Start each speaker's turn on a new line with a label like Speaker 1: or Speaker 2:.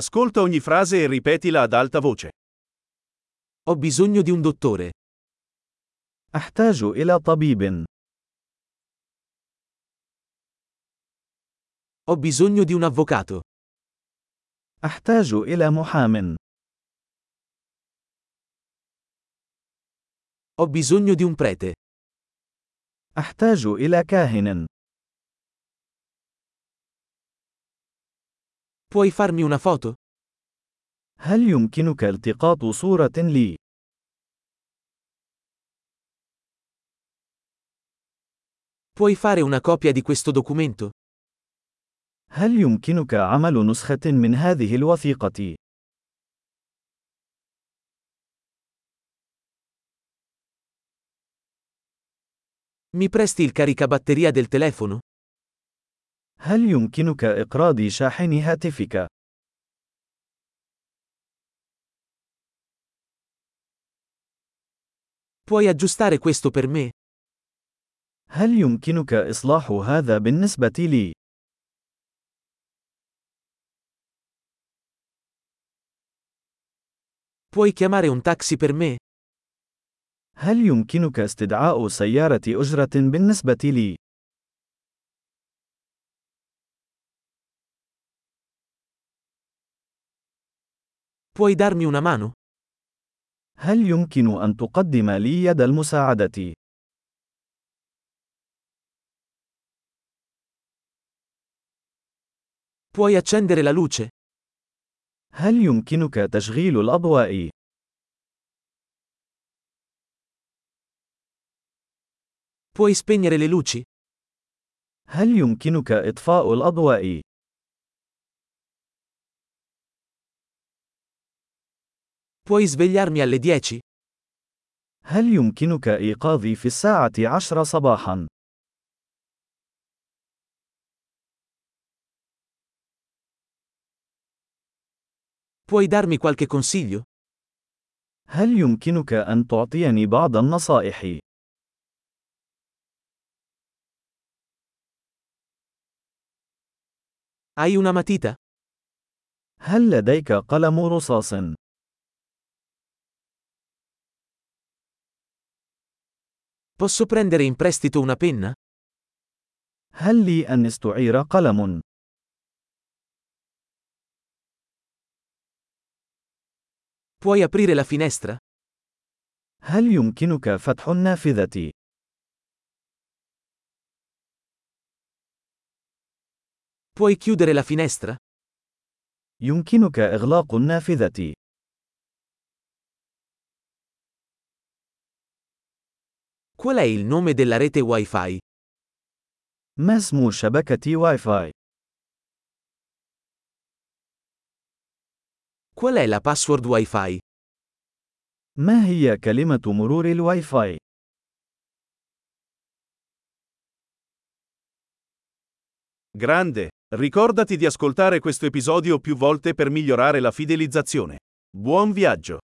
Speaker 1: Ascolta ogni frase e ripetila ad alta voce.
Speaker 2: Ho bisogno di un dottore.
Speaker 1: أحتاج إلى طبيب.
Speaker 2: Ho bisogno di un avvocato.
Speaker 1: أحتاج إلى محام.
Speaker 2: Ho bisogno di un prete.
Speaker 1: أحتاج إلى كاهن.
Speaker 2: Puoi farmi una foto?
Speaker 1: هل يمكنك التقاط صورة لي؟
Speaker 2: Puoi fare una copia di questo documento?
Speaker 1: هل يمكنك عمل نسخة من هذه الوثيقة؟
Speaker 2: Mi presti il caricabatteria del telefono?
Speaker 1: هل يمكنك إقراض شاحن هاتفك؟
Speaker 2: Puoi aggiustare questo per me?
Speaker 1: هل يمكنك إصلاح هذا بالنسبة لي؟
Speaker 2: Puoi chiamare un taxi per me?
Speaker 1: هل يمكنك استدعاء سيارة أجرة بالنسبة لي؟
Speaker 2: Puoi darmi una mano?
Speaker 1: هل يمكن أن تقدم لي يد المساعدة؟
Speaker 2: Puoi accendere la luce?
Speaker 1: هل يمكنك تشغيل الأضواء؟
Speaker 2: Puoi spegnere le luci?
Speaker 1: هل يمكنك إطفاء الأضواء؟
Speaker 2: Puoi svegliarmi alle 10?
Speaker 1: هل يمكنك إيقاظي في الساعة عشر صباحا؟
Speaker 2: Puoi darmi qualche consiglio?
Speaker 1: هل يمكنك أن تعطيني بعض النصائح؟
Speaker 2: Hai una matita?
Speaker 1: هل لديك قلم رصاص؟
Speaker 2: Posso prendere in prestito una penna?
Speaker 1: هل لي أن استعير قلم؟
Speaker 2: Puoi aprire la finestra?
Speaker 1: هل يمكنك فتح النافذة؟
Speaker 2: Puoi chiudere la finestra?
Speaker 1: يمكنك إغلاق النافذة.
Speaker 2: Qual è il nome della rete Wi-Fi?
Speaker 1: ما اسم شبكة واي فاي؟
Speaker 2: Qual è la password Wi-Fi?
Speaker 1: ما هي كلمة مرور الواي فاي؟ Grande! Ricordati di ascoltare questo episodio più volte per migliorare la fidelizzazione. Buon viaggio!